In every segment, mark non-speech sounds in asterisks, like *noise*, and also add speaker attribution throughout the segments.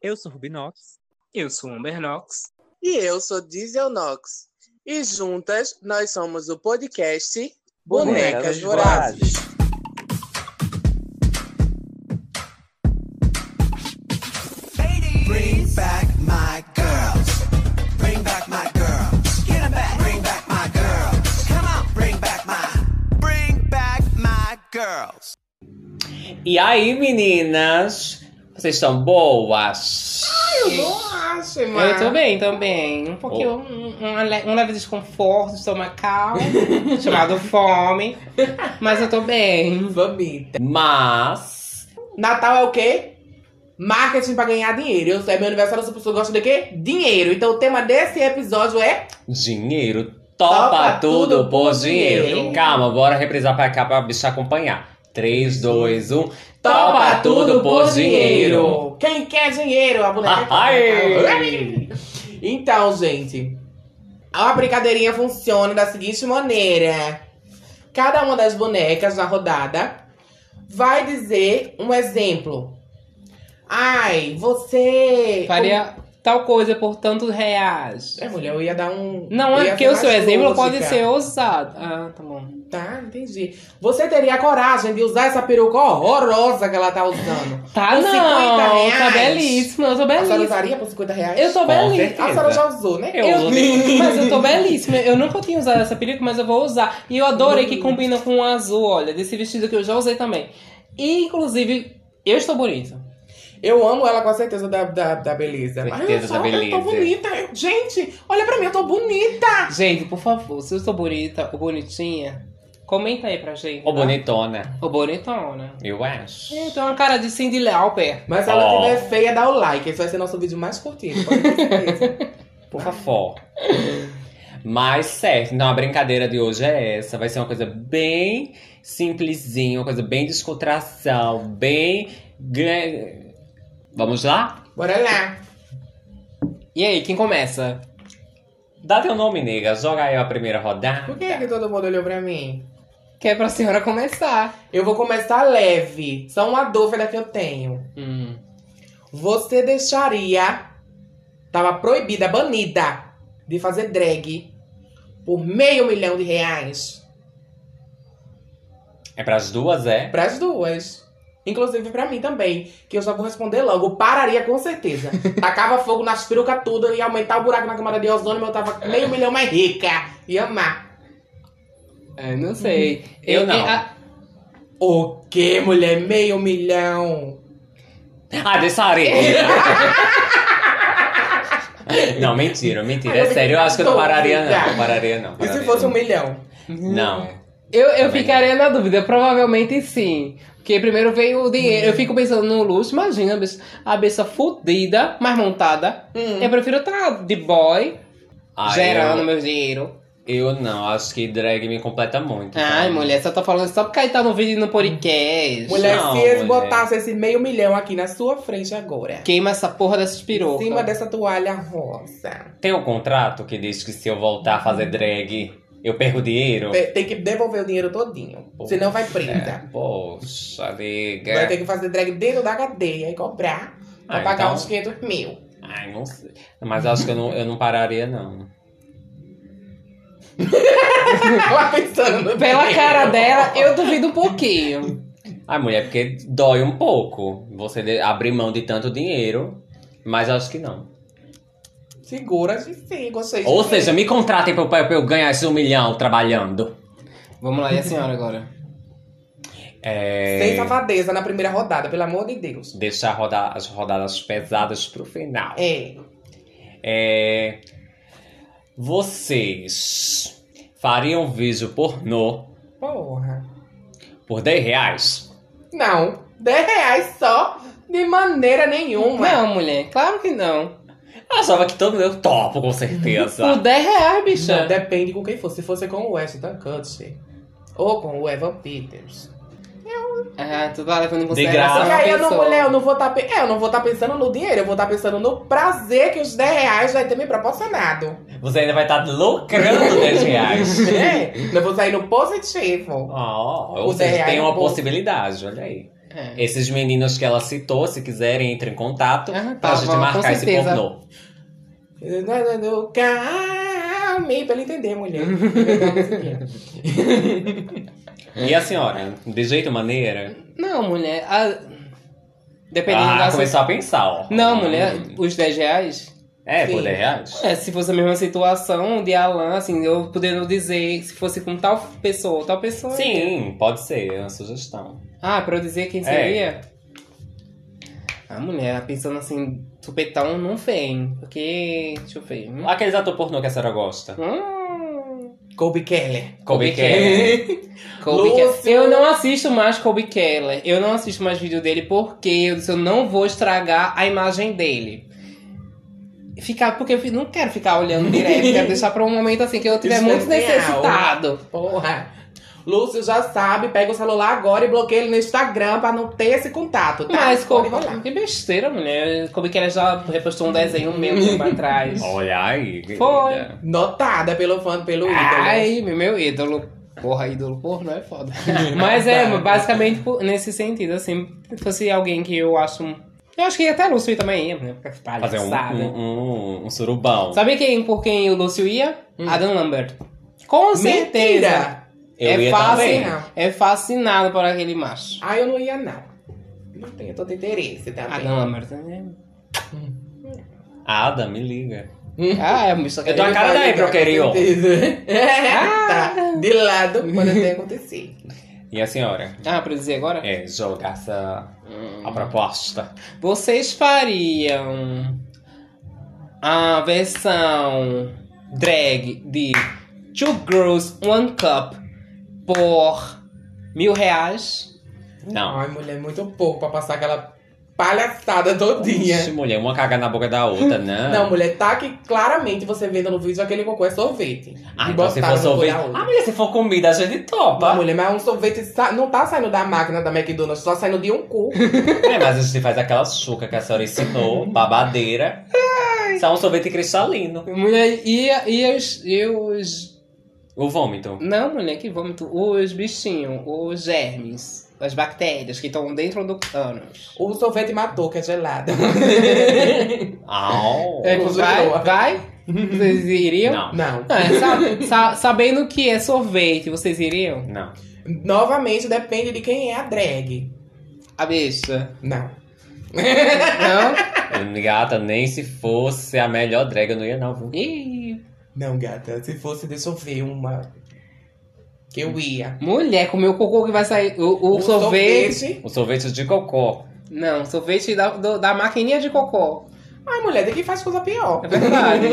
Speaker 1: Eu sou Rubinox.
Speaker 2: Eu sou Amber Knox.
Speaker 3: E eu sou Diesel Knox. E juntas nós somos o podcast Bonecas, Bonecas Vorazes.
Speaker 4: Bring back my girls. Bring back my girls. Get 'em back. Bring back my girls. Come on. Bring back my. Bring back my girls.
Speaker 5: E aí, meninas? Vocês estão boas?
Speaker 6: Nossa, mano.
Speaker 2: Eu tô
Speaker 6: também.
Speaker 2: bem também. Um pouquinho,
Speaker 6: Oh.
Speaker 2: um, um ale- um leve desconforto estomacal, *laughs* chamado fome. Mas eu tô bem.
Speaker 6: Vomita.
Speaker 5: Mas.
Speaker 6: Natal é o quê? Marketing pra ganhar dinheiro. Eu, é meu aniversário, essa pessoa gosta de quê? Dinheiro. Então o tema desse episódio é...
Speaker 5: Dinheiro topa,
Speaker 6: Topa
Speaker 5: tudo,
Speaker 6: tudo
Speaker 5: por
Speaker 6: por
Speaker 5: dinheiro.
Speaker 6: dinheiro.
Speaker 5: Calma, bora reprisar pra cá pra bicha acompanhar. um. 3, 2, 1.
Speaker 6: Quem quer dinheiro? A boneca quer.
Speaker 5: *laughs* Ai.
Speaker 6: Então, gente. A brincadeirinha funciona da seguinte maneira. Cada uma das bonecas na rodada vai dizer um exemplo. Ai, você...
Speaker 2: Faria tal coisa por tantos reais.
Speaker 6: É, mulher, eu ia dar um.
Speaker 2: Não
Speaker 6: eu
Speaker 2: é
Speaker 6: ia
Speaker 2: porque
Speaker 6: ser
Speaker 2: o seu
Speaker 6: mais
Speaker 2: exemplo
Speaker 6: lúdica.
Speaker 2: pode ser ousado. Ah, tá bom.
Speaker 6: Tá, entendi. Você teria a coragem de usar essa peruca horrorosa que ela tá usando?
Speaker 2: Tá
Speaker 6: Com 50
Speaker 2: não, tá
Speaker 6: reais.
Speaker 2: belíssima, eu tô
Speaker 6: A senhora tá-
Speaker 2: belíssima.
Speaker 6: usaria por 50 reais?
Speaker 2: Eu tô
Speaker 5: Com
Speaker 2: belíssima.
Speaker 5: certeza.
Speaker 6: A senhora já usou, né?
Speaker 5: Eu
Speaker 2: Eu-
Speaker 5: uso de-
Speaker 2: *laughs* mas eu tô belíssima. Eu nunca tinha usado essa peruca, mas eu vou usar. E eu adorei que combina com o azul, olha, desse vestido que eu já usei também. E, inclusive, eu estou bonita.
Speaker 6: Eu amo ela com a certeza da, da, da beleza. Mas
Speaker 5: Certeza
Speaker 6: eu
Speaker 5: da
Speaker 6: só-
Speaker 5: beleza.
Speaker 6: Eu tô bonita. Eu- gente, olha pra mim, eu tô bonita.
Speaker 2: Gente, por favor, se eu sou bonita ou bonitinha, comenta aí pra gente.
Speaker 5: Ô,
Speaker 2: tá?
Speaker 5: bonitona,
Speaker 2: Ou bonitona.
Speaker 5: eu acho.
Speaker 2: Eu tenho uma cara de Cindy Lauper.
Speaker 6: Mas se ela
Speaker 5: Ó.
Speaker 6: tiver feia, dá o like. Esse vai ser nosso vídeo mais curtido. pode ter
Speaker 5: *laughs*
Speaker 6: certeza.
Speaker 5: Por favor. Mas certo, então a brincadeira de hoje é essa. Vai ser uma coisa bem simplesinha, uma coisa bem descontração, bem. gra- Vamos lá?
Speaker 6: Bora lá.
Speaker 2: E aí, quem começa?
Speaker 5: Dá teu nome, nega. Joga aí a primeira rodada.
Speaker 6: Por que, que todo mundo olhou pra mim?
Speaker 2: Que é pra senhora começar.
Speaker 6: Eu vou começar leve. Só uma dúvida que eu tenho.
Speaker 2: Hum.
Speaker 6: Você deixaria. Tava proibida, banida de fazer drag por meio milhão de reais
Speaker 5: É pras duas, é?
Speaker 6: pras duas. Inclusive pra mim também, que eu já vou responder logo. Pararia com
Speaker 5: *laughs*
Speaker 6: certeza. Tacava fogo nas perucas tudo e aumentar o buraco na camada de ozônio, mas eu tava meio milhão mais rica. Ia amar.
Speaker 2: É, não sei.
Speaker 5: Hum. Eu não.
Speaker 2: a-
Speaker 6: O que, mulher? Meio milhão.
Speaker 5: Ah, deixa a
Speaker 6: *laughs*
Speaker 5: areia. Não, mentira, mentira. É sério, eu acho que eu não pararia, não. Não Pararia, não.
Speaker 6: E
Speaker 5: pararia,
Speaker 6: se fosse um
Speaker 5: não.
Speaker 6: milhão?
Speaker 5: Não.
Speaker 2: eu, eu
Speaker 5: Também
Speaker 2: ficaria na dúvida, provavelmente sim. Porque primeiro veio o dinheiro. Eu fico pensando no luxo, imagina a bicha, a bicha fudida, mas montada.
Speaker 6: Hum.
Speaker 2: Eu prefiro estar de boy,
Speaker 5: Ah,
Speaker 2: gerando
Speaker 6: né?
Speaker 5: eu,
Speaker 2: meu dinheiro.
Speaker 5: eu não, acho que drag me completa muito.
Speaker 2: Ai,
Speaker 5: então.
Speaker 2: mulher, você tá falando só porque aí tá no vídeo e no podcast.
Speaker 6: Mulher,
Speaker 5: Não,
Speaker 6: se eles
Speaker 5: mulher.
Speaker 6: botassem esse meio milhão aqui na sua frente agora.
Speaker 2: Queima essa porra dessas
Speaker 6: Em
Speaker 2: pirocas.
Speaker 6: cima dessa toalha rosa.
Speaker 5: Tem um contrato que diz que se eu voltar a
Speaker 6: Uhum.
Speaker 5: fazer drag, eu perco dinheiro?
Speaker 6: Pe- Tem que devolver o dinheiro todinho.
Speaker 5: Poxa.
Speaker 6: Senão vai presa.
Speaker 5: Poxa,
Speaker 6: Vai
Speaker 5: nega.
Speaker 6: ter que fazer drag dentro da cadeia e cobrar. Pra
Speaker 5: É. Ah,
Speaker 6: pagar
Speaker 5: então-
Speaker 6: uns 500 mil.
Speaker 5: Ai, não sei. Mas acho que eu não, eu não pararia, não.
Speaker 6: Ela pensando né? no
Speaker 2: Pela
Speaker 6: dinheiro.
Speaker 2: cara dela, eu duvido um pouquinho.
Speaker 5: Ai, mulher, porque dói um pouco você de- abrir mão de tanto dinheiro, mas acho que não.
Speaker 6: Segura de si, gostei. de
Speaker 5: Ou
Speaker 6: si.
Speaker 5: seja, me contratem pra, pra eu ganhar esse um milhão trabalhando.
Speaker 2: Vamos lá, e a senhora agora?
Speaker 5: É,
Speaker 6: Sem safadeza na primeira rodada, pelo amor de Deus.
Speaker 5: Deixar roda- as rodadas pesadas pro final.
Speaker 6: É.
Speaker 5: É, vocês fariam um vídeo pornô
Speaker 6: Porra.
Speaker 5: por 10 reais?
Speaker 6: Não. 10 reais só. De maneira nenhuma.
Speaker 2: Não, mulher, claro que não.
Speaker 5: Eu achava que todo mundo eu topo, com certeza.
Speaker 2: *laughs* Por 10 reais,
Speaker 6: Não,
Speaker 2: bicha.
Speaker 6: depende com quem for. Se fosse com o Weston Kutcher ou com o Evan Peters.
Speaker 2: Ah, tu tá levando em
Speaker 5: graça.
Speaker 2: consideração.
Speaker 6: Porque
Speaker 2: a
Speaker 6: aí eu não,
Speaker 2: pessoa.
Speaker 6: mulher, eu não vou estar é, eu não vou tá pensando no dinheiro, eu vou estar pensando no prazer que os 10 reais vai ter me proporcionado.
Speaker 5: Você ainda vai estar lucrando 10
Speaker 2: *laughs*
Speaker 5: reais.
Speaker 6: É, eu vou sair no positivo.
Speaker 5: Ó,
Speaker 6: O
Speaker 5: ou seja,
Speaker 6: 10
Speaker 5: tem uma
Speaker 6: reais é bom.
Speaker 5: possibilidade, olha aí.
Speaker 2: É.
Speaker 5: Esses meninos que ela citou, se quiserem, entre em contato
Speaker 2: Ah, tá,
Speaker 5: pra gente
Speaker 2: vamos, com
Speaker 5: marcar esse
Speaker 2: certeza.
Speaker 5: pornô.
Speaker 6: Calme pra ele entender, mulher. Inventar uma musiquinha.
Speaker 5: E a senhora, de jeito maneira?
Speaker 2: Não, mulher. a- Dependendo
Speaker 5: ah,
Speaker 2: da sua-
Speaker 5: começou a pensar, ó.
Speaker 2: Não, mulher,
Speaker 5: Hum.
Speaker 2: os 10 reais.
Speaker 5: É,
Speaker 6: Sim.
Speaker 5: por 10 reais?
Speaker 2: É, se fosse a mesma situação de Alan, assim, eu podendo dizer se fosse com tal pessoa, tal pessoa.
Speaker 5: Sim, É. pode ser, é uma sugestão.
Speaker 2: Ah, pra eu dizer quem seria? A mulher, pensando assim, supetão não vem. Porque. Deixa eu ver. Hum.
Speaker 5: Aqueles ator pornô que a senhora gosta.
Speaker 2: Hum.
Speaker 6: Kobe Keller.
Speaker 5: Kobe
Speaker 2: Kobe
Speaker 5: Keller.
Speaker 2: Kobe
Speaker 6: Lúcio.
Speaker 2: Keller. Eu não assisto mais Kobe Keller. Eu não assisto mais vídeo dele porque eu, disse, eu não vou estragar a imagem dele. Ficar, porque eu fi- não quero ficar olhando
Speaker 5: *laughs*
Speaker 2: direto, quero deixar pra um momento assim que eu estiver muito
Speaker 6: Especial.
Speaker 2: necessitado.
Speaker 6: Porra. Lúcio já sabe, pega o celular agora e bloqueia ele no Instagram pra não ter esse contato, tá?
Speaker 5: *laughs*
Speaker 2: Mas
Speaker 6: Pode
Speaker 2: Kobe,
Speaker 6: rolar.
Speaker 2: que besteira, mulher. Kobe Keller já repostou um desenho meu tempo
Speaker 5: *laughs*
Speaker 2: atrás.
Speaker 5: Olha aí. querida.
Speaker 2: Foi.
Speaker 6: Notada pelo fã, pelo ídolo. né?
Speaker 2: Ai, meu ídolo. Porra, ídolo porno é foda. Mas é,
Speaker 5: *laughs*
Speaker 2: basicamente por- nesse sentido, assim. Se fosse alguém que eu acho. um- Eu acho que até Lúcio ia também ia, né? Porque
Speaker 5: Fazer um,
Speaker 2: palhaçada.
Speaker 5: um, um, um surubão.
Speaker 2: Sabe quem, por quem o Lúcio ia?
Speaker 6: Hum.
Speaker 2: Adam Lambert. Com certeza.
Speaker 6: Mentira.
Speaker 5: Eu
Speaker 2: é
Speaker 5: ia
Speaker 2: fácil.
Speaker 5: também.
Speaker 6: não.
Speaker 2: É fascinado por aquele macho.
Speaker 6: Ai, eu não ia, não. Não tenho todo interesse também.
Speaker 2: Adam Lambert. né?
Speaker 5: Ada, me liga.
Speaker 2: Ah, é um bicho que
Speaker 5: Eu tô a
Speaker 2: ele-
Speaker 5: cara daí, pro querido.
Speaker 6: *laughs* tá, de lado, quando tem acontecer.
Speaker 5: E a senhora?
Speaker 2: Ah, pra dizer agora? Hum.
Speaker 5: É, joga essa a proposta.
Speaker 2: Vocês fariam a versão drag de Two Girls One Cup por mil reais?
Speaker 5: Não.
Speaker 6: Ai, mulher, muito pouco pra passar aquela palhaçada todinha.
Speaker 5: Ixi, mulher, uma caga na boca da *laughs* outra, né?
Speaker 6: Não, mulher, tá que claramente você vendo no vídeo aquele cocô é sorvete.
Speaker 5: Ah,
Speaker 6: E
Speaker 5: então se for
Speaker 6: botaram no
Speaker 5: sorvete.
Speaker 6: olho a olho.
Speaker 5: Ah, mulher, se for comida, a gente
Speaker 6: Não,
Speaker 5: topa.
Speaker 6: mulher, mas é um sorvete sa- não tá saindo da máquina da McDonald's, tá saindo de um cu.
Speaker 5: É, mas a gente faz aquela chuca que a senhora ensinou, *laughs* babadeira. Só um sorvete cristalino.
Speaker 2: Mulher, e, e, os, e os.
Speaker 5: O vômito.
Speaker 2: Não, mulher, que vômito. Os bichinhos, os germes, as bactérias que estão dentro do ânus.
Speaker 6: O sorvete matou, que é
Speaker 5: *laughs*
Speaker 6: gelado.
Speaker 5: Au.
Speaker 2: É,
Speaker 6: Os né?
Speaker 2: vai?
Speaker 6: dois.
Speaker 2: Vai? Vocês iriam?
Speaker 5: Não,
Speaker 6: Não.
Speaker 2: Ah, sa- sa- sabendo que é sorvete, vocês iriam?
Speaker 5: não.
Speaker 6: Novamente, depende de quem é a drag.
Speaker 2: A besta.
Speaker 6: Não.
Speaker 2: Não?
Speaker 5: Gata, nem se fosse a melhor drag, eu não ia não, viu?
Speaker 2: Ih,
Speaker 6: Não, gata, se fosse deixa eu ver uma. Que eu ia.
Speaker 2: mulher, comeu o cocô que vai sair. O, o
Speaker 6: Um
Speaker 2: sorvete.
Speaker 5: O Um sorvete de cocô.
Speaker 2: Não, sorvete da, do- da maquininha de cocô.
Speaker 6: Ai, mulher, daqui faz coisa pior.
Speaker 2: É *laughs* verdade.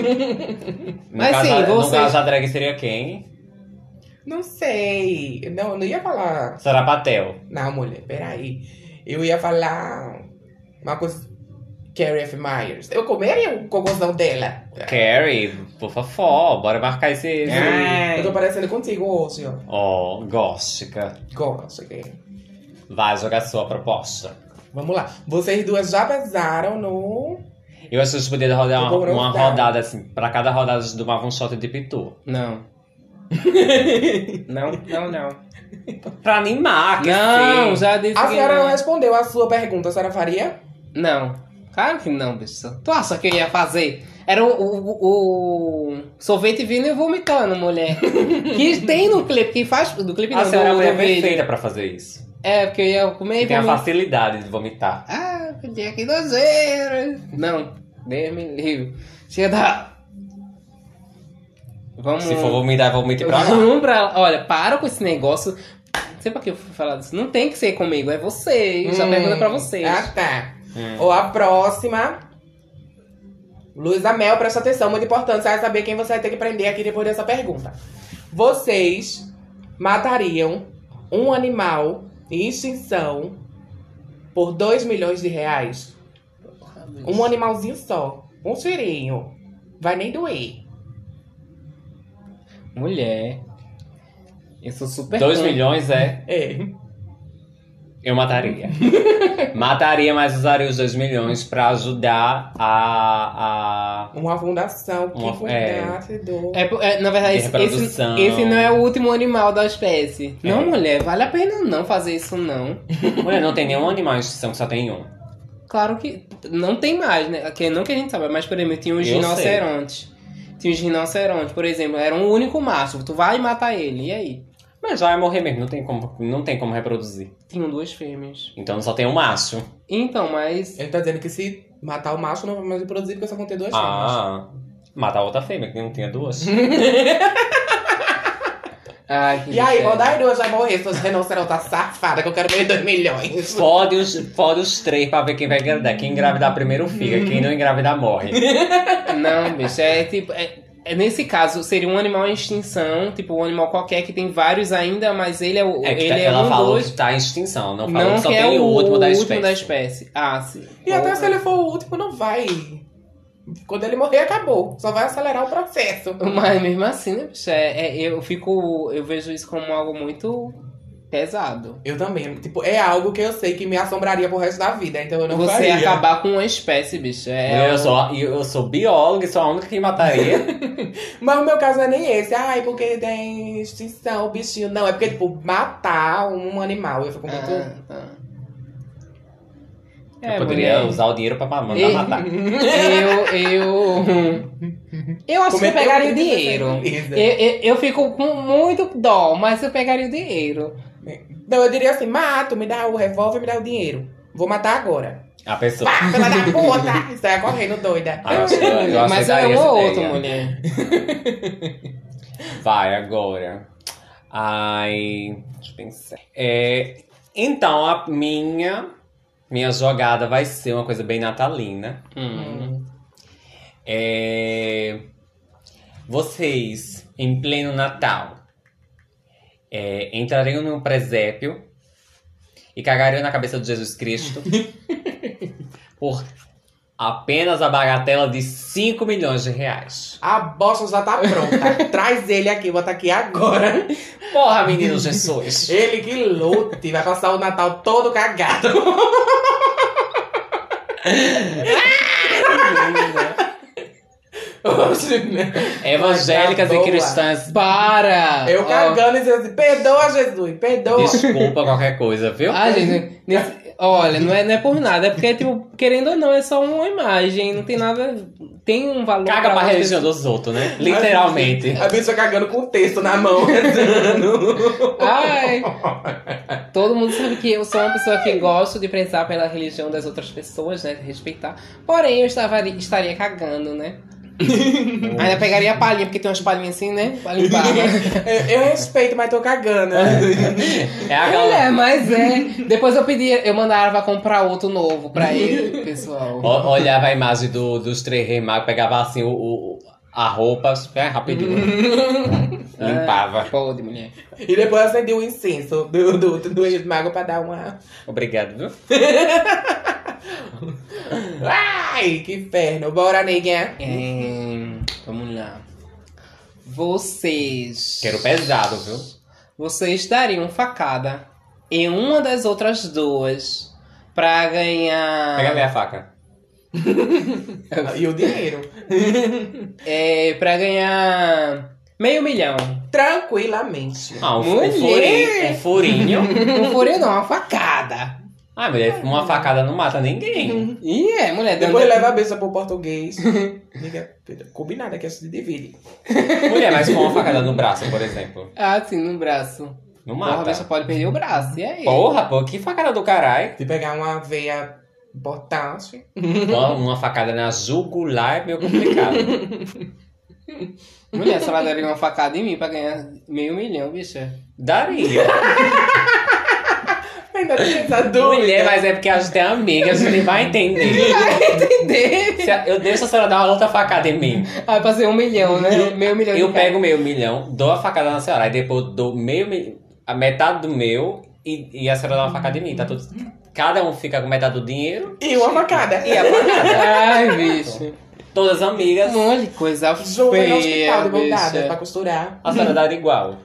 Speaker 5: No
Speaker 2: Mas
Speaker 5: caso,
Speaker 2: sim,
Speaker 5: a- No
Speaker 2: vocês-
Speaker 5: caso, a drag seria quem?
Speaker 6: Não sei. Não, eu não ia falar.
Speaker 5: Sarah Patel.
Speaker 6: Não, mulher, peraí. Eu ia falar uma coisa. Carrie F. Myers. Eu comeria o cogozão dela.
Speaker 5: É. Carrie, por favor, bora marcar esse...
Speaker 2: É.
Speaker 5: esse-
Speaker 6: Eu tô parecendo contigo hoje, ó.
Speaker 5: Ó, góstica.
Speaker 6: Gosto, ok?
Speaker 5: Vai jogar sua proposta.
Speaker 6: Vamos lá. Vocês duas já pesaram no.
Speaker 5: Eu acho que vocês poderiam rodar
Speaker 6: Eu
Speaker 5: uma,
Speaker 6: vou
Speaker 5: uma
Speaker 6: gostar.
Speaker 5: rodada, assim. Pra cada rodada, vocês tomavam um shot de pitu.
Speaker 6: *laughs*
Speaker 2: Não. Não, não, não.
Speaker 5: Pra animar, que
Speaker 2: Não,
Speaker 5: Ah, sim.
Speaker 2: já disse
Speaker 6: A
Speaker 2: que
Speaker 6: senhora não é
Speaker 2: não.
Speaker 6: respondeu a sua pergunta, a senhora faria?
Speaker 2: Não. Claro que não, bicho. Tu acha que eu ia fazer? Era o, o, o sorvete vindo e vomitando,
Speaker 5: *laughs*
Speaker 2: mulher. que tem no clipe, que faz. Do clipe
Speaker 5: A
Speaker 2: não,
Speaker 5: senhora é a
Speaker 2: do,
Speaker 5: mulher
Speaker 2: do vídeo.
Speaker 5: perfeita pra fazer isso.
Speaker 2: É, porque eu ia comer e
Speaker 5: Tem a
Speaker 2: vomitar.
Speaker 5: facilidade de vomitar.
Speaker 2: Ah, podia que dozeira. Não, Deus me livre. Chega da. Vamos.
Speaker 5: Se for vomitar, vomite pra lá.
Speaker 2: *laughs* Vamos pra lá. Olha, para com esse negócio. Não sei pra que eu fui falar disso. Não tem que ser comigo, é vocês. Já
Speaker 6: Hum.
Speaker 2: pergunta é pra vocês.
Speaker 6: Ah, tá.
Speaker 5: Hum.
Speaker 6: Ou a próxima. Luísa Mel, presta atenção, muito importante. Você vai saber quem você vai ter que prender aqui depois dessa pergunta. Vocês matariam um animal em extinção por 2 milhões de reais? Um animalzinho só. Um cheirinho. Vai nem doer.
Speaker 2: Mulher. Eu sou super.
Speaker 5: 2
Speaker 2: contra. É.
Speaker 5: milhões é.
Speaker 6: É.
Speaker 5: Eu
Speaker 2: *laughs*
Speaker 5: mataria. mataria, mas usaria os 2 milhões pra ajudar a. a...
Speaker 6: Uma fundação que
Speaker 5: Uma-
Speaker 6: foi
Speaker 5: é.
Speaker 6: data e dor.
Speaker 2: É, po- é, na verdade,
Speaker 5: E
Speaker 2: esse, esse,
Speaker 5: reprodução.
Speaker 2: esse não é o último animal da espécie.
Speaker 5: É.
Speaker 2: Não, mulher, vale a pena não fazer isso, não.
Speaker 5: Mulher, não tem nenhum animal em extinção que só tem um.
Speaker 2: Claro que não tem mais, né? Que, não que a gente saiba, mas, por exemplo, tinha os
Speaker 5: Eu
Speaker 2: rinocerontes. Tinha os rinocerontes, por exemplo, era um único macho. Tu vai e mata ele, e aí?
Speaker 5: Mas vai morrer mesmo, não tem como, não tem como reproduzir.
Speaker 2: Tinham duas fêmeas.
Speaker 5: Então só tem um macho.
Speaker 2: Então, mas...
Speaker 6: Ele tá dizendo que se matar o macho não vai mais reproduzir porque só vão ter duas fêmeas.
Speaker 5: Ah, matar outra fêmea, que não tinha duas. *laughs* É
Speaker 2: Ai, que
Speaker 6: E aí,
Speaker 2: miséria.
Speaker 6: vou dar duas vai morrer, suas rinocerontas safada que eu quero ver 2 milhões.
Speaker 5: Fode os, fode os três pra ver quem vai engravidar. Quem engravidar primeiro fica, quem não engravidar
Speaker 2: *laughs*
Speaker 5: morre.
Speaker 2: Não, bicho, é tipo... é- é nesse caso, seria um animal em extinção, tipo um animal qualquer que tem vários ainda, mas ele é o.
Speaker 5: É que
Speaker 2: ele
Speaker 5: tá-
Speaker 2: é
Speaker 5: ela
Speaker 2: um
Speaker 5: falou
Speaker 2: dos.
Speaker 5: que tá em extinção, não falou
Speaker 2: Não
Speaker 5: que só
Speaker 2: que é
Speaker 5: tem
Speaker 2: o
Speaker 5: o último da espécie.
Speaker 2: espécie. Ah, sim.
Speaker 6: E até se ele for o último, não vai. Quando ele morrer, acabou. Só vai acelerar o processo.
Speaker 2: Mas mesmo assim, né, bicho? É, é- eu fico. Eu vejo isso como algo muito pesado.
Speaker 6: Eu também. Tipo, é algo que eu sei que me assombraria pro resto da vida, então eu não
Speaker 2: Você
Speaker 6: faria.
Speaker 2: acabar com uma espécie, bicho. É,
Speaker 5: eu, sou, eu sou bióloga e sou a única que
Speaker 2: *laughs*
Speaker 5: mataria.
Speaker 6: Mas o meu caso não é nem esse. Ai, porque tem extinção, bichinho. Não, é porque, tipo, matar um animal. Eu fico muito...
Speaker 2: Ah, tá. É,
Speaker 5: eu poderia
Speaker 2: mulher. É.
Speaker 5: usar o dinheiro pra mandar
Speaker 2: Ei. *laughs*
Speaker 5: matar.
Speaker 2: Eu, eu. Eu acho que eu
Speaker 6: Cometeu
Speaker 2: pegaria o
Speaker 6: crime sem
Speaker 2: dinheiro.
Speaker 6: juízo.
Speaker 2: Eu, eu, eu fico com muito dó, mas eu pegaria o dinheiro.
Speaker 6: Não, eu diria assim, mato, me dá o revólver, me dá o dinheiro. Vou matar agora.
Speaker 5: A pessoa.
Speaker 6: Pá, pela da puta!
Speaker 2: é
Speaker 6: Sai correndo doida.
Speaker 5: Ah, eu acho que- eu
Speaker 2: mas é
Speaker 5: aceitaria
Speaker 2: um
Speaker 5: essa
Speaker 2: ou outro,
Speaker 5: ideia.
Speaker 2: mulher.
Speaker 5: Vai, agora. Ai. Deixa eu pensar. É, então, a minha. Minha jogada vai ser uma coisa bem natalina.
Speaker 2: Hum.
Speaker 5: É, vocês, em pleno Natal, é, entrariam num presépio e cagariam na cabeça de Jesus Cristo por apenas a bagatela de 5 milhões de reais.
Speaker 6: A bosta já tá *laughs* pronta. Traz ele aqui, bota aqui agora.
Speaker 5: Porra, menino Jesus!
Speaker 6: Ele que lute, vai passar o Natal todo cagado. Hoje, né?
Speaker 5: É
Speaker 2: tá
Speaker 5: Evangélicas
Speaker 6: Boa.
Speaker 5: e cristãs,
Speaker 2: *laughs* Para!
Speaker 6: tá Eu
Speaker 2: Ó,
Speaker 6: cagando e dizendo assim, perdoa Jesus, perdoa.
Speaker 5: desculpa qualquer coisa, viu?
Speaker 2: Então- Ah, gente, nesse- olha, não é, não é por nada, é porque, tipo, querendo ou não, é só uma imagem, não tem nada. Tem um valor.
Speaker 5: Caga pra
Speaker 2: pra
Speaker 5: religião dos outros, né? Literalmente.
Speaker 6: A pessoa cagando com o texto na mão, rezando.
Speaker 2: Ai!
Speaker 5: *laughs*
Speaker 2: Todo mundo sabe que eu sou uma pessoa que gosto de prezar pela religião das outras pessoas, né? de Respeitar. Porém, eu estava, estaria
Speaker 5: *laughs*
Speaker 2: cagando, né? Ainda pegaria a palhinha, porque tem umas palhinhas assim, né? Pra limpar.
Speaker 5: *laughs*
Speaker 2: né?
Speaker 6: Eu, eu respeito, mas tô cagando.
Speaker 5: É aquela.
Speaker 2: É, mas é. *laughs* Depois eu pedi, eu mandava comprar outro novo pra ele, pessoal. Um
Speaker 5: O- Olhava a imagem do, dos três reis magos, pegava assim o, o- a roupa, super
Speaker 2: *laughs*
Speaker 5: rapidinho. Limpava.
Speaker 2: Pô, de mulher.
Speaker 6: E depois acendeu o incenso do, do, do ex-mago pra dar uma.
Speaker 5: Obrigado, viu?
Speaker 6: Ai, que inferno. Bora,
Speaker 2: *laughs*
Speaker 6: neguinha.
Speaker 2: É, vamos lá. Vocês.
Speaker 5: Quero pesado, viu?
Speaker 2: Vocês dariam facada em uma das outras duas pra
Speaker 5: Pega
Speaker 2: ganhar.
Speaker 5: minha faca.
Speaker 6: E o dinheiro.
Speaker 2: É, pra ganhar meio milhão.
Speaker 6: Tranquilamente.
Speaker 5: Ah, um, um
Speaker 2: Mulher!
Speaker 5: furinho. Um furinho.
Speaker 2: Não furei não, uma facada.
Speaker 5: Ah, mulher, uma facada não mata ninguém.
Speaker 2: E é, mulher, dando.
Speaker 6: Depois leva a benção pro português. Liga, combinado é que se divide.
Speaker 5: Mulher, mas com uma facada no braço, por exemplo.
Speaker 2: Ah, sim, no braço.
Speaker 5: Não
Speaker 2: Porra, a
Speaker 5: mata.
Speaker 2: bicha pode perder o braço. E aí?
Speaker 5: Porra, pô, que facada do caralho.
Speaker 6: Se pegar uma assim, veia importante.
Speaker 5: Uma, uma facada na jugular é meio complicado.
Speaker 2: Mulher, se ela daria uma facada em mim pra ganhar meio milhão, bicha.
Speaker 5: Daria.
Speaker 6: Ainda tem essa dúvida.
Speaker 5: Mulher, mas é porque a gente é amiga, a gente vai entender.
Speaker 2: Entendeu?
Speaker 5: Se a- eu deixo a senhora dar uma outra facada em mim.
Speaker 2: Ah, pra ser um milhão, né? Meio milhão
Speaker 5: Eu
Speaker 2: de reais.
Speaker 5: pego meio milhão, dou a facada na senhora, aí depois dou meio mi- a metade do meu e, e a senhora dá uma facada em mim, tá tudo. Cada um fica com metade do dinheiro
Speaker 6: E uma facada.
Speaker 5: e a facada.
Speaker 2: Ai, bicho.
Speaker 5: Todas amigas,
Speaker 2: Olha que coisa
Speaker 6: Jogo no hospital
Speaker 2: feia,
Speaker 6: de mão dada pra
Speaker 2: bicha.
Speaker 6: costurar.
Speaker 5: a senhora dá igual.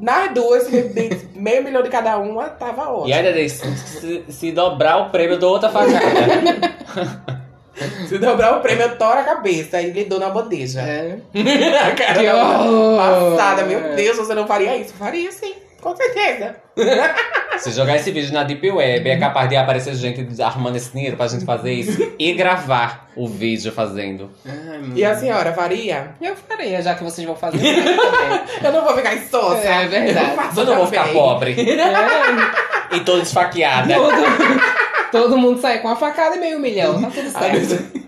Speaker 6: Nas duas, se de meio milhão de cada uma, tava ótimo.
Speaker 5: E ainda dei, se, se- se dobrar o prêmio, eu dou outra facada.
Speaker 6: Se dobrar o prêmio, eu toro a cabeça e lhe dou na bandeja.
Speaker 2: É. *laughs*
Speaker 6: A cara
Speaker 2: Que
Speaker 6: da-
Speaker 2: horror!
Speaker 6: passada,
Speaker 5: Oh.
Speaker 6: meu Deus, você não faria isso? Faria sim, com certeza.
Speaker 5: se jogar esse vídeo na Deep Web, é capaz de aparecer gente arrumando esse dinheiro pra gente fazer isso e gravar o vídeo fazendo.
Speaker 2: Ai,
Speaker 6: E
Speaker 2: meu-
Speaker 5: Hum.
Speaker 6: a senhora faria?
Speaker 2: Eu faria, já que vocês vão fazer. eu
Speaker 5: *laughs*
Speaker 2: também.
Speaker 6: Eu não vou ficar insônia.
Speaker 2: É verdade.
Speaker 6: Eu faço
Speaker 5: Eu não vou
Speaker 6: também.
Speaker 5: ficar
Speaker 2: *laughs*
Speaker 5: pobre
Speaker 2: É,
Speaker 5: e toda esfaqueada.
Speaker 2: todo, todo mundo sai com a facada e meio milhão. Tá tudo certo.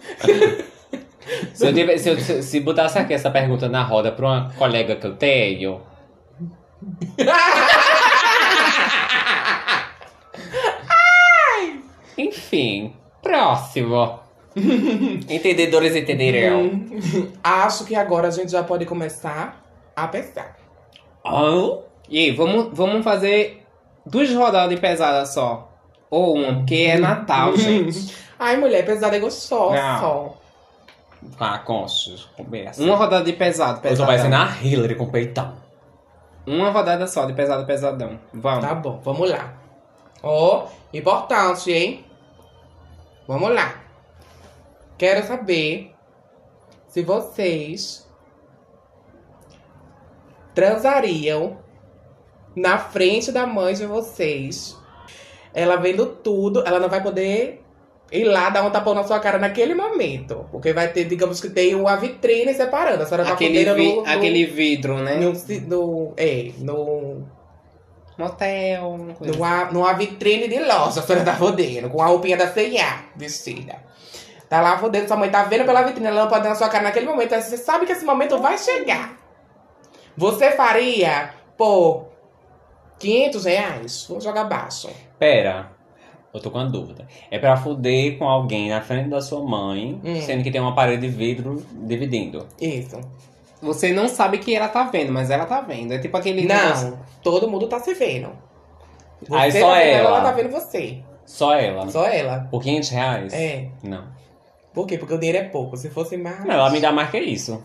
Speaker 5: Se, eu tive- se eu- se- se botasse aqui é essa pergunta na roda pra uma colega que eu tenho. Enfim, próximo. Entendedores entenderão.
Speaker 6: Hum. Acho que agora a gente já pode começar a pensar.
Speaker 5: Ah,
Speaker 2: E aí, vamos, vamos fazer duas rodadas de pesada só. Ou uma, porque
Speaker 6: *laughs*
Speaker 2: é Natal, gente.
Speaker 6: Uhum. Ai, mulher, pesada é
Speaker 2: Não.
Speaker 6: gostosa.
Speaker 5: ah conchas, começa.
Speaker 2: Uma rodada de pesado,
Speaker 5: eu tô
Speaker 2: Hum. pesadão.
Speaker 5: parecendo a Hillary com peitão.
Speaker 2: Uma rodada só de pesado, pesadão. Vamos.
Speaker 6: Tá bom, vamos lá. Ó, importante, hein? Vamos lá. Quero saber se vocês transariam na frente da mãe de vocês. Ela vendo tudo, ela não vai poder ir lá dar um tapão na sua cara naquele momento. Porque vai ter, digamos que tem uma vitrine separando. A senhora tá com o
Speaker 2: Aquele,
Speaker 6: dedo
Speaker 2: vi-
Speaker 6: no, no,
Speaker 2: aquele vidro, né?
Speaker 6: no, no- é, no
Speaker 2: Motel, uma coisa.
Speaker 6: numa, numa vitrine de loja, a senhora tá fodendo, com a roupinha da C&A vestida. Tá lá fodendo, sua mãe tá vendo pela vitrine, ela pode na sua cara naquele momento. aí Você sabe que esse momento vai chegar. Você faria por 500 reais? Vamos jogar baixo.
Speaker 5: Pera, eu tô com uma dúvida. É pra fuder com alguém na frente da sua mãe,
Speaker 6: Hum.
Speaker 5: sendo que tem uma parede de vidro dividindo.
Speaker 6: Isso.
Speaker 2: assim. Você não sabe que ela tá vendo, mas ela tá vendo. É tipo aquele negócio-
Speaker 6: Não, todo mundo tá se vendo. Você
Speaker 5: Aí
Speaker 6: tá
Speaker 5: só
Speaker 6: vendo
Speaker 5: ela.
Speaker 6: ela tá vendo você.
Speaker 5: Só ela.
Speaker 6: Só ela.
Speaker 5: Por 500 reais?
Speaker 6: É.
Speaker 5: Não.
Speaker 6: Por quê? Porque o dinheiro é pouco. Se fosse mais.
Speaker 5: Não, ela me dá mais que isso.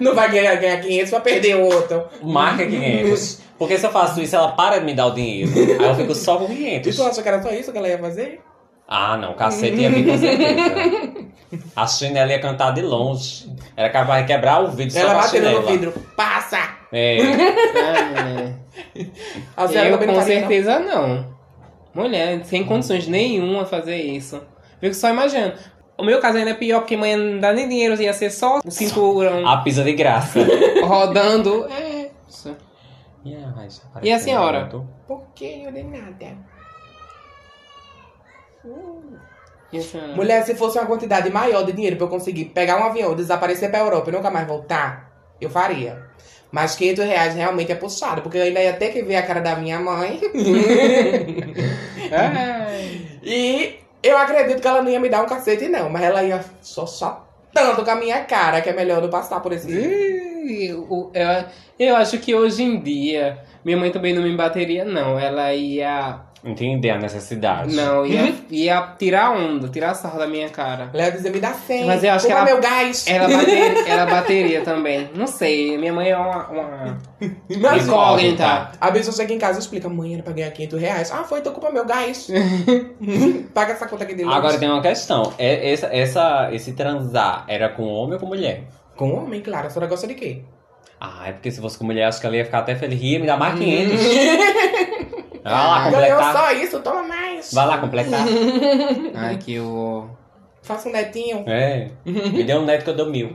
Speaker 6: Não vai ganhar, ganhar 500 pra perder o outro.
Speaker 5: Marca
Speaker 6: Hum.
Speaker 5: 500. Porque se eu faço isso, ela para de me dar o dinheiro. Aí eu fico só com
Speaker 6: E tu
Speaker 5: 500.
Speaker 6: acha que era só isso que ela ia fazer?
Speaker 5: Ah, não. Cacete ia vir com certeza. A chinela ia cantar de longe. Era capaz de quebrar o vidro
Speaker 6: Ela
Speaker 5: só com a
Speaker 6: batendo
Speaker 5: chinela.
Speaker 6: no vidro. Passa!
Speaker 5: É.
Speaker 2: Ah,
Speaker 6: *laughs* A senhora
Speaker 2: Eu
Speaker 6: também não
Speaker 2: com
Speaker 6: faria,
Speaker 2: certeza não. Mulher, sem condições nenhuma fazer isso. Fico só imaginando. O meu caso ainda é pior, porque mãe não dá nem dinheiro, ia ser só o cinturão
Speaker 5: A pizza de graça.
Speaker 6: *laughs*
Speaker 2: rodando. É. isso.
Speaker 5: E a, tá ai, já
Speaker 2: E a
Speaker 5: apareceu
Speaker 2: senhora?
Speaker 5: outro.
Speaker 6: não. Por que eu dei nada?
Speaker 2: Isso, né?
Speaker 6: Mulher, se fosse uma quantidade maior de dinheiro pra eu conseguir pegar um avião, desaparecer pra Europa e nunca mais voltar, eu faria. Mas 500 reais realmente é puxado, porque eu ainda ia ter que ver a cara da minha mãe. *laughs*
Speaker 2: Ai.
Speaker 6: E eu acredito que ela não ia me dar um cacete, não. Mas ela ia só só tanto com a minha cara, que é melhor eu não passar por esse.
Speaker 2: Ih, o- Eu, eu acho que hoje em dia, minha mãe também não me bateria, não. Ela ia.
Speaker 5: Entender a necessidade.
Speaker 2: Não, ia,
Speaker 6: Hum?
Speaker 2: ia tirar onda, tirar sarro da minha cara.
Speaker 6: Ela ia dizer, me dá 100.
Speaker 2: Mas eu acho que
Speaker 6: Compra
Speaker 2: ela- é
Speaker 6: meu gás.
Speaker 2: Ela bateria, ela bateria também. Não sei, minha mãe é uma, uma
Speaker 6: Mas
Speaker 5: tá.
Speaker 2: incógnita.
Speaker 6: A pessoa chega em casa e explica, mãe, era pra ganhar 500 reais. Ah, foi, então culpa meu
Speaker 5: *laughs*
Speaker 6: gás. Paga essa conta aqui dele.
Speaker 5: Agora tem uma questão. É, essa, essa, esse transar era com homem ou com mulher?
Speaker 6: Com homem, claro. A senhora gosta de quê?
Speaker 5: Ah, é porque se fosse com mulher, acho que ela ia ficar até feliz. Ia me dar
Speaker 6: *laughs*
Speaker 5: mais 500. Vai lá
Speaker 6: Ah, Ganhou
Speaker 5: completar.
Speaker 6: só isso, toma mais.
Speaker 5: Vai
Speaker 6: *laughs*
Speaker 5: lá completar.
Speaker 2: Ai, que eu.
Speaker 6: Faça um netinho.
Speaker 5: É. Me deu um neto que eu dou
Speaker 6: *laughs*
Speaker 5: mil.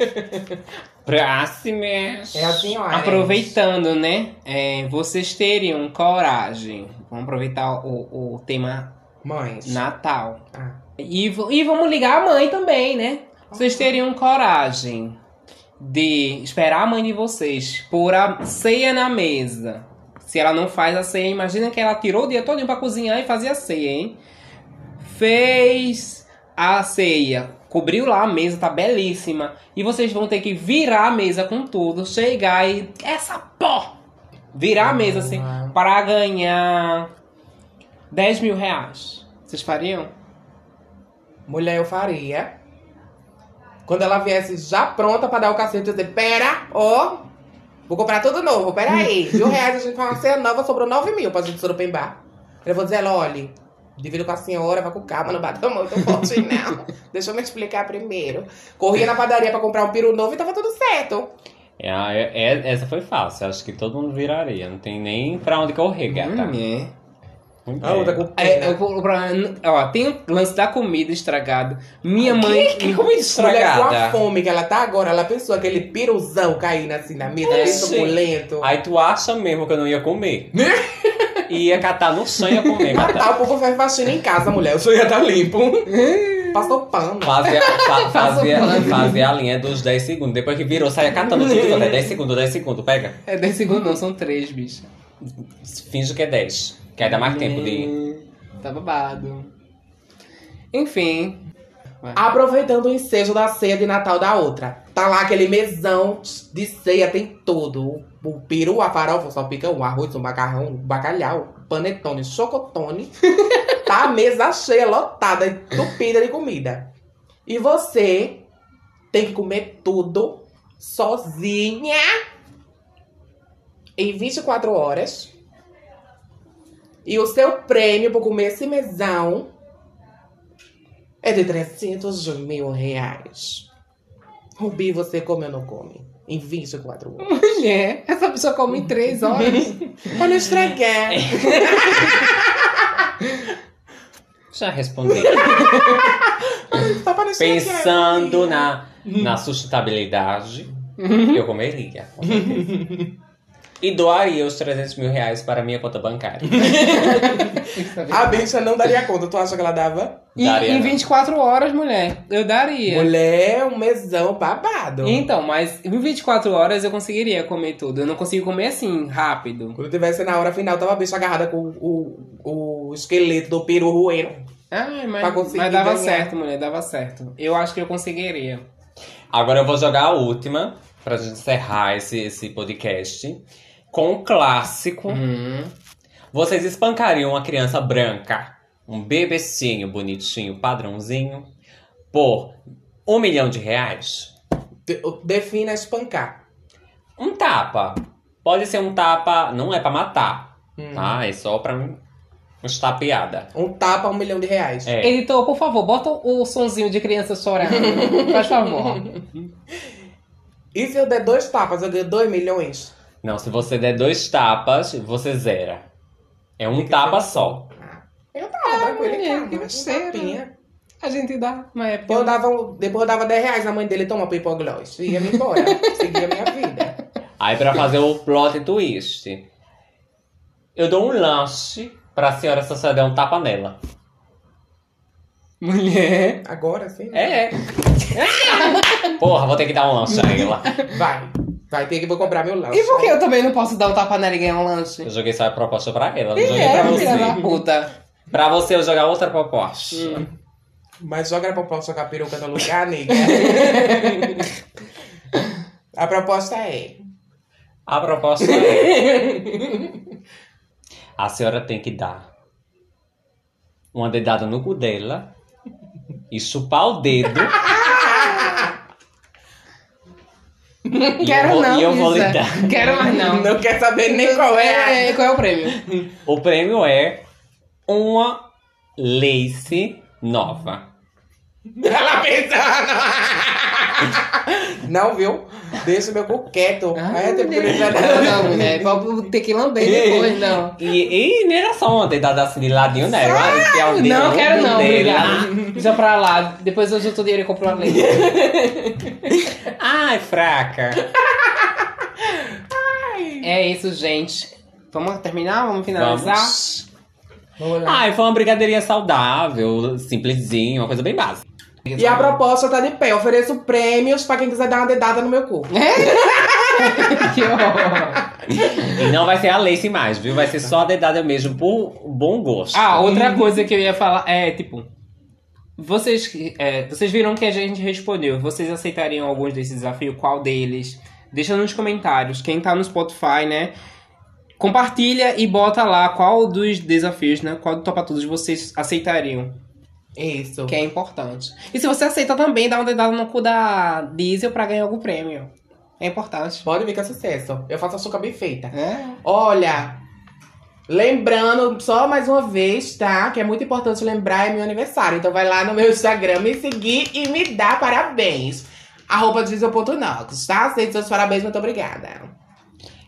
Speaker 5: Ah, Próximas.
Speaker 6: É assim, ó.
Speaker 2: Aproveitando, né? é, vocês teriam coragem. Vamos aproveitar o, o tema
Speaker 6: Mães.
Speaker 2: Natal.
Speaker 6: Ah.
Speaker 2: E, vo- e vamos ligar a mãe também, né? Vocês teriam coragem de esperar a mãe de vocês por a ceia na mesa. Se ela não faz a ceia, imagina que ela tirou o dia todo pra cozinhar e fazer a ceia, hein? Fez a ceia, cobriu lá a mesa, tá belíssima. E vocês vão ter que virar a mesa com tudo, chegar e. Essa pó! Virar a mesa assim,
Speaker 5: Ah.
Speaker 2: para ganhar 10 mil reais. Vocês fariam?
Speaker 6: Mulher, eu faria. Quando ela viesse já pronta pra dar o cacete, eu ia dizer, pera, ó, vou comprar tudo novo, pera aí. Mil reais a gente faz uma ceia nova, sobrou nove mil pra gente surupimbar. Eu vou dizer, ela, olha, divido com a senhora, vai com calma, não bata muito forte não. Deixa eu me explicar primeiro. Corria na padaria pra comprar um peru novo e tava tudo certo.
Speaker 5: É, é, é- essa foi fácil. Acho que todo mundo viraria. Não tem nem pra onde correr, gata.
Speaker 2: Hum, é.
Speaker 5: Muito
Speaker 6: A
Speaker 5: bem.
Speaker 6: Ah, outra com pena.
Speaker 2: É, o, o problema- ó, tem o lance da comida estragada. Minha mãe.
Speaker 5: Que
Speaker 6: Mulher
Speaker 5: comida
Speaker 6: com a
Speaker 5: estragada.
Speaker 6: fome que ela tá agora, ela pensou aquele piruzão caindo assim na mesa,
Speaker 5: É,
Speaker 6: bem
Speaker 5: sim.
Speaker 6: suculento.
Speaker 5: Aí tu acha mesmo que eu não ia comer. ia catar no sonho ia comer, gata.
Speaker 6: Natal, o povo faz faxina em casa, mulher. O senhor ia tá limpo. Passou pano.
Speaker 5: Fazia, fa- fazia,
Speaker 2: Passa o pano.
Speaker 5: fazia a linha dos 10 segundos. Depois que virou, saia catando tudo. que eu der. 10 segundos, 10 segundos, pega.
Speaker 2: É 10 segundos, não, são 3, bicha.
Speaker 5: Finge que é 10. Que aí dá mais tempo de.
Speaker 2: Tá babado. Enfim.
Speaker 6: Aproveitando o ensejo da ceia de Natal da outra. Tá lá aquele mesão de ceia, tem tudo. O o peru, a farofa, o salpicão, o arroz, o macarrão, o bacalhau, o panetone, o chocotone. tá a mesa cheia, lotada, entupida de comida. E você tem que comer tudo sozinha em 24 horas. E o seu prêmio por comer esse mesão é de 300 mil reais. Rubi, você come ou não come? Em 24
Speaker 2: *laughs*
Speaker 6: horas.
Speaker 2: Mulher, essa pessoa come em 3 horas. *laughs*
Speaker 6: Pra não estragar.
Speaker 2: É.
Speaker 5: Já respondi.
Speaker 6: Só Tá pra não estragar.
Speaker 5: Pensando na, na sustentabilidade, eu comeria. com certeza. E doaria os 300 mil reais para minha conta bancária.
Speaker 6: A bicha não daria conta. Tu acha que ela dava?
Speaker 2: E
Speaker 5: Daria, né?
Speaker 2: em
Speaker 5: não.
Speaker 2: 24 horas, mulher, eu daria.
Speaker 6: Mulher, um mesão babado.
Speaker 2: Então, mas em 24 horas eu conseguiria comer tudo. Eu não consigo comer assim, rápido.
Speaker 6: Quando tivesse na hora final, tava a bicha agarrada com o, o esqueleto do peru roeiro.
Speaker 2: Ai, mas,
Speaker 6: Pra conseguir
Speaker 2: mas dava
Speaker 6: ganhar.
Speaker 2: certo, mulher, dava certo. Eu acho que eu conseguiria.
Speaker 5: Agora eu vou jogar a última, pra gente encerrar esse, esse podcast, com um clássico.
Speaker 2: Hum.
Speaker 5: Vocês espancariam uma criança branca, um bebecinho bonitinho, padrãozinho, por um milhão de reais?
Speaker 6: De- Defina espancar.
Speaker 5: Um tapa. Pode ser um tapa, não é pra matar,
Speaker 6: Hum.
Speaker 5: tá? É só pra uns tapeada.
Speaker 6: Um tapa, um milhão de reais.
Speaker 5: É.
Speaker 2: Editor, por favor, bota o sonzinho de criança chorando. *laughs* Faz favor.
Speaker 6: E se eu der dois tapas, eu ganho dois milhões?
Speaker 5: Não, se você der dois tapas, você zera. É um tapa só.
Speaker 6: Eu tava, tranquilo em
Speaker 2: Ah, mulher,
Speaker 6: casa,
Speaker 2: que
Speaker 6: um
Speaker 2: besteira.
Speaker 6: tapinha.
Speaker 2: A gente dá uma época.
Speaker 6: Depois eu dava, um- depois eu dava 10 reais na mãe dele, toma pipogloss. E ia me embora. *laughs* Seguia a minha vida.
Speaker 5: Aí pra fazer o plot twist, eu dou um lanche pra senhora se você der um tapa nela.
Speaker 2: Mulher.
Speaker 6: Agora sim. né?
Speaker 5: É, é. Porra, vou ter que dar um lanche a ela.
Speaker 6: Vai. Vai ter que vou comprar meu lanche.
Speaker 2: E por que eu também não posso dar um tapa nela e ganhar um lanche?
Speaker 5: Eu joguei só a proposta pra ela, não
Speaker 2: Quem
Speaker 5: joguei
Speaker 2: é,
Speaker 5: pra
Speaker 2: filha da
Speaker 5: você.
Speaker 2: puta?
Speaker 5: Pra você eu jogar outra proposta.
Speaker 6: Mas joga a proposta com a peruca no lugar, nega. *laughs* a proposta é...
Speaker 5: A proposta é. A senhora tem que dar uma dedada no cu dela e chupar o dedo. E
Speaker 2: Quero
Speaker 5: eu vou-
Speaker 2: não,
Speaker 5: E eu vou
Speaker 2: Isa.
Speaker 5: lhe dar.
Speaker 2: Quero mais Ah, não.
Speaker 6: Não quer saber nem qual é a...
Speaker 2: É, qual é o prêmio?
Speaker 5: O prêmio é uma lace nova.
Speaker 6: Ela pensando. Não, viu? Deixa meu cu quieto. É, Aí eu tenho que
Speaker 2: Ah, mulher. Não, não, mulher. Vou ter que lamber depois, não.
Speaker 5: E, e não era só uma dedada assim de ladinho, né? Era uma enfiar o dedo
Speaker 2: Não,
Speaker 5: no
Speaker 2: quero
Speaker 5: cu
Speaker 2: não,
Speaker 5: dela.
Speaker 2: obrigada. Deixa pra lá. Depois eu junto dinheiro e compro uma lei.
Speaker 5: Ai, fraca.
Speaker 2: É isso, gente. Vamos terminar? Vamos finalizar?
Speaker 5: Vamos.
Speaker 6: Vamos lá.
Speaker 5: Ai, foi uma brincadeirinha saudável, simplesinho, uma coisa bem básica.
Speaker 6: E a proposta tá de pé. Eu ofereço prêmios pra quem quiser dar uma dedada no meu cu.
Speaker 2: *laughs* Que horror.
Speaker 5: E não vai ser a Lacey mais, viu? Vai ser só a dedada mesmo por bom gosto.
Speaker 2: Ah, outra coisa que eu ia falar é, tipo... Vocês, que- é, vocês viram que a gente respondeu. Vocês aceitariam alguns desses desafios? Qual deles? Deixa nos comentários. Quem tá no Spotify, né? Compartilha e bota lá qual dos desafios, né? Qual do Topa Todos vocês aceitariam.
Speaker 6: Isso.
Speaker 2: que é importante. E se você aceita também, dá uma dedada no cu da Diesel pra ganhar algum prêmio. É importante.
Speaker 6: Pode vir que é sucesso. Eu faço açúcar bem feita.
Speaker 2: É.
Speaker 6: Olha, lembrando só mais uma vez, tá? Que é muito importante lembrar, é meu aniversário. Então vai lá no meu Instagram me seguir e me dar parabéns. Arroba diesel.nox, tá? Aceito seus parabéns, muito obrigada.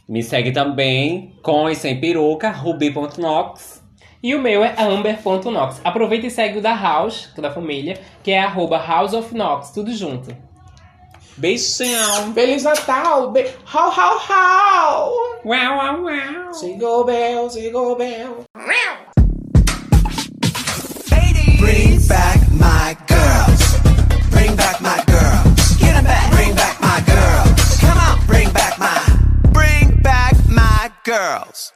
Speaker 5: Me segue também com e sem peruca, rubi.nox.
Speaker 2: E o meu é amber.nox. Aproveita e segue o da House, que é da família, que é arroba House of Nox, tudo junto.
Speaker 5: Beijão!
Speaker 6: Feliz Natal! Be... How, how, how!
Speaker 5: Uau, uau, uau!
Speaker 6: Jingle bell, jingle bell.
Speaker 4: Bring back my girls. Bring back my girls. Get 'em back. Bring back my girls. Come on. Bring back my. Bring back my girls.